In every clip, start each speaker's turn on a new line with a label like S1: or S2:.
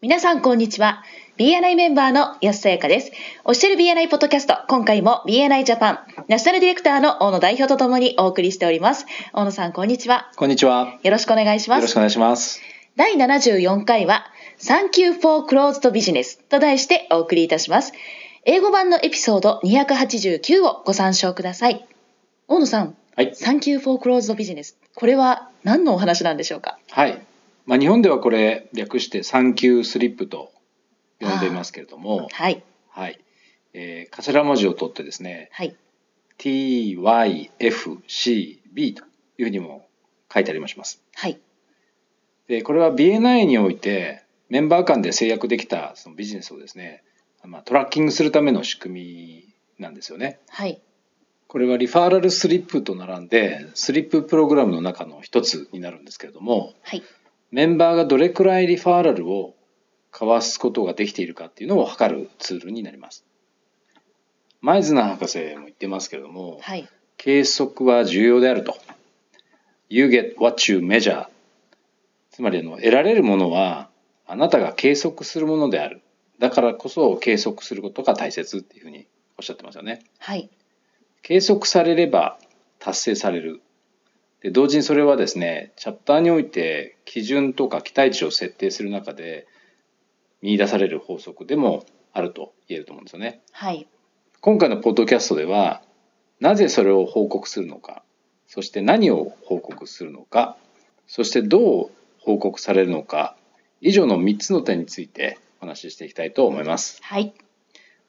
S1: 皆さん、こんにちは。BNI メンバーの安さやかです。おっしゃる BNI ポッドキャスト、今回も BNI ジャパン、ナショナルディレクターの大野代表とともにお送りしております。大野さん、こんにちは。
S2: こんにちは。
S1: よろしくお願いし
S2: よ
S1: ま
S2: ろ
S1: す
S2: しく。お願いします。
S1: 第74回は「Thank you for closed business」と題してお送りいたします。英語版のエピソード289をご参照ください。大野さん、
S2: はい。
S1: Thank you for closed business。これは何のお話なんでしょうか
S2: はい。まあ、日本ではこれ略して産休スリップと呼んでいますけれども、
S1: はい、
S2: はい。えー頭文字を取ってですね、
S1: はい。
S2: TYFCB というふうにも書いてありまします。
S1: はい。
S2: で、これは BNI においてメンバー間で制約できたそのビジネスをですね、まあ、トラッキングするための仕組みなんですよね。
S1: はい。
S2: これはリファーラルスリップと並んで、スリッププログラムの中の一つになるんですけれども、
S1: はい。
S2: メンバーがどれくらいリファーラルを交わすことができているかっていうのを測るツールになります。前綱博士も言ってますけれども、
S1: はい。
S2: 計測は重要であると。You get what you measure. つまりあの得られるものはあなたが計測するものである。だからこそ計測することが大切っていうふうにおっしゃってますよね。
S1: はい。
S2: 計測されれば達成されるで同時にそれはですねチャプターにおいて基準とか期待値を設定する中で見出される法則でもあると言えると思うんですよね
S1: はい。
S2: 今回のポッドキャストではなぜそれを報告するのかそして何を報告するのかそしてどう報告されるのか以上の3つの点についてお話ししていきたいと思います
S1: はい。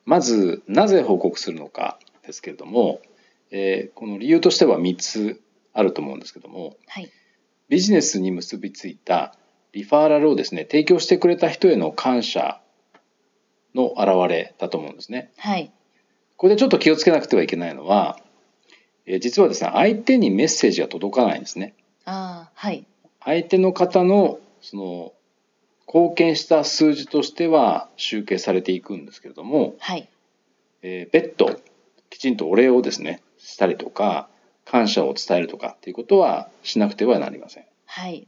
S2: まずなぜ報告するのかですけれども、えーこの理由としては3つあると思うんですけども
S1: はい。
S2: ビジネスに結びついたリファーラルをですね提供してくれた人への感謝の表れだと思うんですね。
S1: はい。
S2: ここでちょっと気をつけなくてはいけないのは、えー実はですね相手にメッセージが届かないんですね。
S1: ああ、はい。
S2: 相手の方のその貢献した数字としては集計されていくんですけれども、
S1: はい。
S2: えー別途きちんとお礼をですねしたりとか感謝を伝えるとかっていうことはしなくてはなりません。
S1: はい。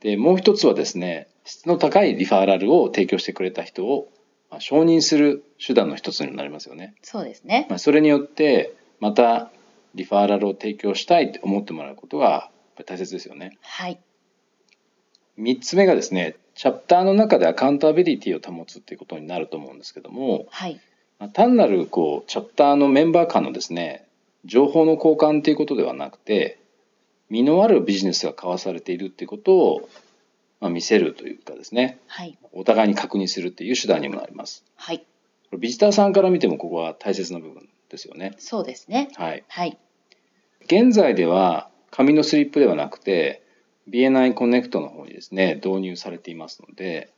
S2: でもう一つはですね質の高いリファーラルを提供してくれた人を、まあ承認する手段の一つにもなりますよね。
S1: そうですね。
S2: まあ、それによってまたリファーラルを提供したいと思ってもらうことがやっぱり大切ですよね。
S1: はい。
S2: 3つ目がですねチャプターの中でアカウンタビリティを保つっていうことになると思うんですけども、
S1: はい。
S2: まあ単なるこうチャプターのメンバー間のですね情報の交換ということではなくて身のあるビジネスが交わされているということを、まあ、見せるというかですね
S1: はい。
S2: お互いに確認するという手段にもなります
S1: はい。
S2: これビジターさんから見てもここは大切な部分ですよね
S1: そうですね。
S2: はい
S1: はい。
S2: 現在では紙のスリップではなくて BNI コネクトの方にですね導入されていますので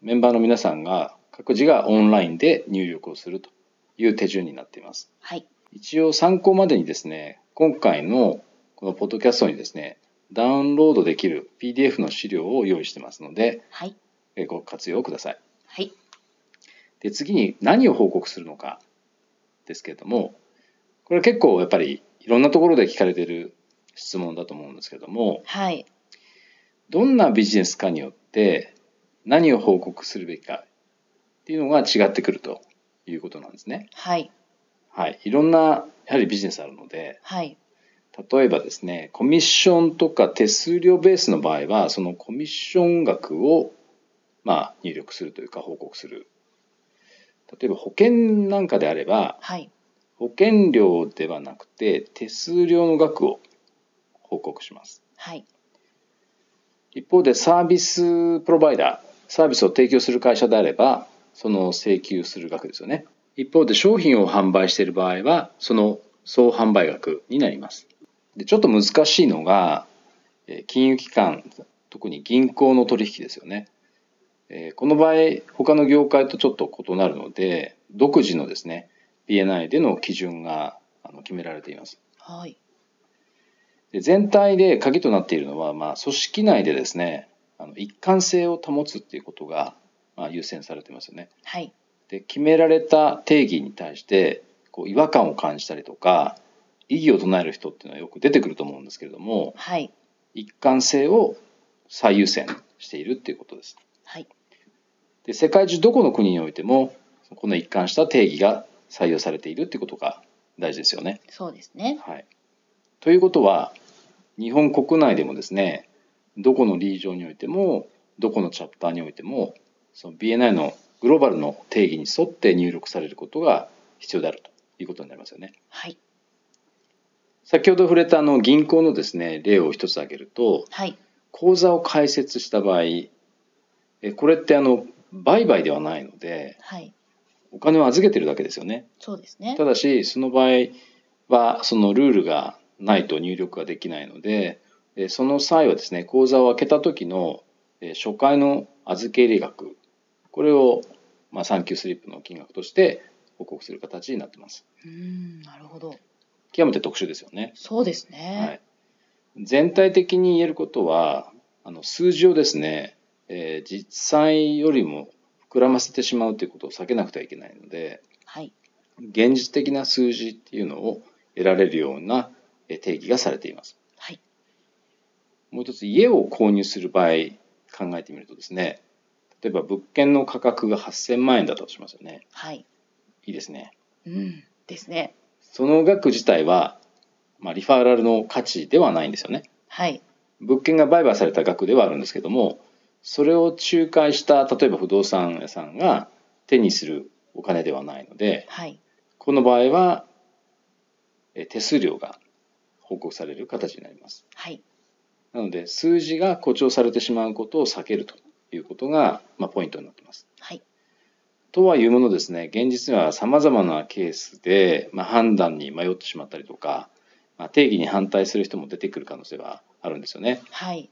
S2: メンバーの皆さんが各自がオンラインで入力をするという手順になっています
S1: はい。
S2: 一応参考までにですね今回のこのポッドキャストにですねダウンロードできる PDF の資料を用意してますので
S1: はい。
S2: えーご活用ください
S1: はい。
S2: で次に何を報告するのかですけれどもこれ結構やっぱりいろんなところで聞かれている質問だと思うんですけれども
S1: はい。
S2: どんなビジネスかによって何を報告するべきかっていうのが違ってくるということなんですね
S1: はい。
S2: はいいろんなやはりビジネスあるので
S1: はい。
S2: 例えばですねコミッションとか手数料ベースの場合はそのコミッション額をまあ入力するというか報告する例えば保険なんかであれば
S1: はい。
S2: 保険料ではなくて手数料の額を報告します
S1: はい。
S2: 一方でサービスプロバイダーサービスを提供する会社であればその請求する額ですよね一方で商品を販売している場合はその総販売額になりますでちょっと難しいのがえー金融機関特に銀行の取引ですよねえーこの場合他の業界とちょっと異なるので独自のですね BNI での基準があの決められています
S1: はい。
S2: で全体で鍵となっているのは、まあ、組織内でですねあの一貫性を保つっていうことが、まあ、優先されてますよね。
S1: はい。
S2: で決められた定義に対してこう違和感を感じたりとか異議を唱える人っていうのはよく出てくると思うんですけれども
S1: はい。
S2: 一貫性を最優先しているっていうことです。
S1: はい。
S2: で世界中どこの国においてもこの一貫した定義が採用されているってことが大事ですよね。
S1: そうですね。
S2: はい、ということは日本国内でもですねどこのリージョンにおいてもどこのチャプターにおいてもその BNI のグローバルの定義に沿って入力されることが必要であるということになりますよね。
S1: はい。
S2: 先ほど触れたあの銀行のですね例を一つ挙げると
S1: はい。
S2: 口座を開設した場合えこれってあの売買ではないので
S1: はい。
S2: お金を預けてるだけですよね。
S1: そうですね
S2: た。だしその場合はそのルールがないと入力ができないのでえーその際はですね口座を開けた時のえー初回の預け入れ額これを、まあ、産休スリップの金額として報告する形になってます
S1: うーん、なるほど。
S2: 極めて特殊ですよね、
S1: そうです
S2: は
S1: ね。
S2: い、全体的に言えることはあの数字をですね、えー実際よりも膨らませてしまうということを避けなくてはいけないので、
S1: はい。
S2: 現実的な数字っていうのを得られるようなえ定義がされています。
S1: はい。
S2: もう一つ家を購入する場合考えてみるとですね例えば物件の価格が8,000万円だったとしますよね
S1: はい。
S2: いいですね
S1: うん。ですね。
S2: その額自体は、まあ、リファラルの価値ではないんですよね
S1: はい。
S2: 物件が売買された額ではあるんですけどもそれを仲介した例えば不動産屋さんが手にするお金ではないので
S1: はい。
S2: この場合はえ手数料が報告される形になります。
S1: はい。
S2: なので数字が誇張されてしまうことを避けるということが、まあ、ポイントになっています。
S1: はい。
S2: とはいうものですね現実にはさまざまなケースで、まあ、判断に迷ってしまったりとか、まあ、定義に反対する人も出てくる可能性はあるんですよね。
S1: はい。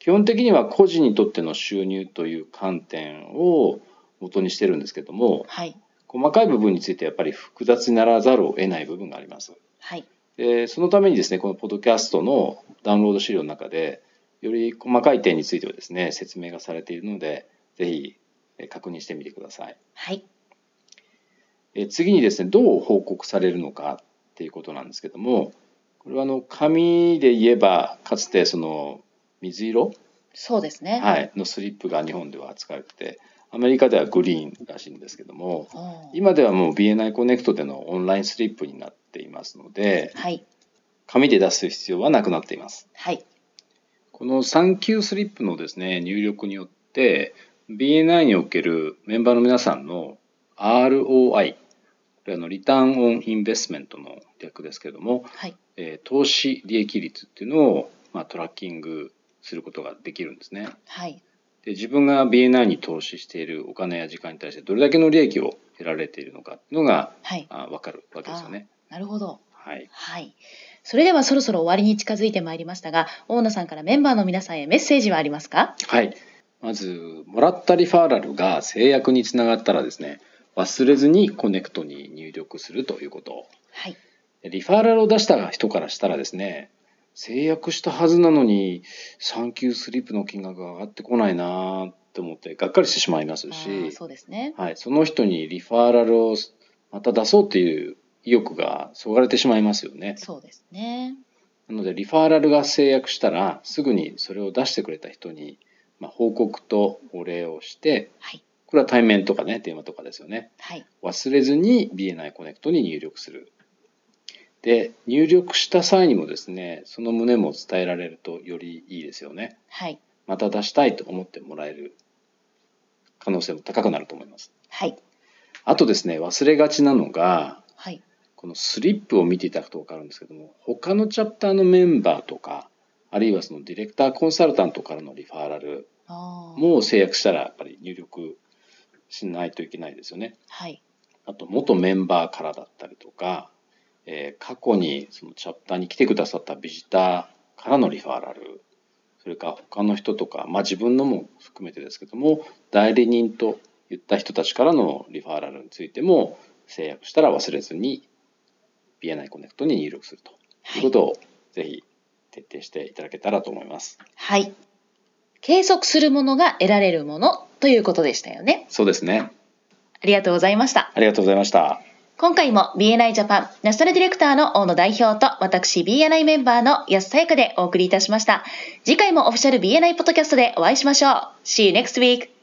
S2: 基本的には個人にとっての収入という観点を元にしてるんですけども
S1: はい。
S2: 細かい部分についてやっぱり複雑にならざるを得ない部分があります。
S1: はい。
S2: でそのためにですねこのポッドキャストのダウンロード資料の中でより細かい点についてはですね説明がされているのでぜひえ確認してみてください
S1: はい。
S2: え次にですねどう報告されるのかっていうことなんですけどもこれはあの紙で言えばかつてその水色、
S1: そうですね。い。
S2: はい、のスリップが日本では扱われててアメリカではグリーンらしいんですけども今ではもう BNI コネクトでのオンラインスリップになっていますので
S1: はい。
S2: 紙で出す必要はなくなっています
S1: はい。
S2: この産休スリップのですね入力によって BNI におけるメンバーの皆さんの ROI これあのリターン・オン・インベストメントの略ですけれども、
S1: はい。
S2: えー投資利益率っていうのを、まあ、トラッキングすることができるんですね
S1: はい。
S2: で自分が BNI に投資しているお金や時間に対してどれだけの利益を得られているのかっていうのが
S1: はい。
S2: あ分かるわけですよね。
S1: なるほど。
S2: はい、
S1: はい。それではそろそろ終わりに近づいてまいりましたが、大野さんからメンバーの皆さんへメッセージはありますか
S2: はい、まずもらったリファーラルが制約につながったらですね忘れずにコネクトに入力するということ
S1: はい。
S2: リファーラルを出した人からしたらですね制約したはずなのに産休スリープの金額が上がってこないなと思ってがっかりしてしまいます
S1: あ
S2: し
S1: ーそうですね。
S2: はい、その人にリファーラルをまた出そうという意欲がそがれてしまいますよね
S1: そうですね。
S2: なのでリファーラルが制約したらすぐにそれを出してくれた人に、まあ、報告とお礼をして
S1: はい。
S2: これは対面とかね電話とかですよね
S1: はい。
S2: 忘れずに BNI コネクトに入力するで入力した際にもですねその旨も伝えられるとよりいいですよね
S1: はい。
S2: また出したいと思ってもらえる可能性も高くなると思います
S1: はい。
S2: あとですね忘れがちなのが
S1: はい。
S2: このスリップを見ていただくと分かるんですけども他のチャプターのメンバーとかあるいはそのディレクターコンサルタントからのリファーラル
S1: あー
S2: も制約したらやっぱり入力しないといけないですよね。
S1: はい。
S2: あと元メンバーからだったりとか、えー過去にそのチャプターに来てくださったビジターからのリファーラルそれから他の人とか、まあ、自分のも含めてですけども代理人といった人たちからのリファーラルについても制約したら忘れずに BNI コネクトに入力すると
S1: は
S2: いう
S1: い
S2: こ。とをぜひ徹底していただけたらと思います。
S1: はい。計測するものが得られるものということでしたよね。
S2: そうですね。
S1: ありがとうございました。
S2: ありがとうございました。
S1: 今回も BNI ジャパンナショナルディレクターの大野代表と私 BNI メンバーの安さやかでお送りいたしました。次回もオフィシャル BNI ポッドキャストでお会いしましょう。See you next week!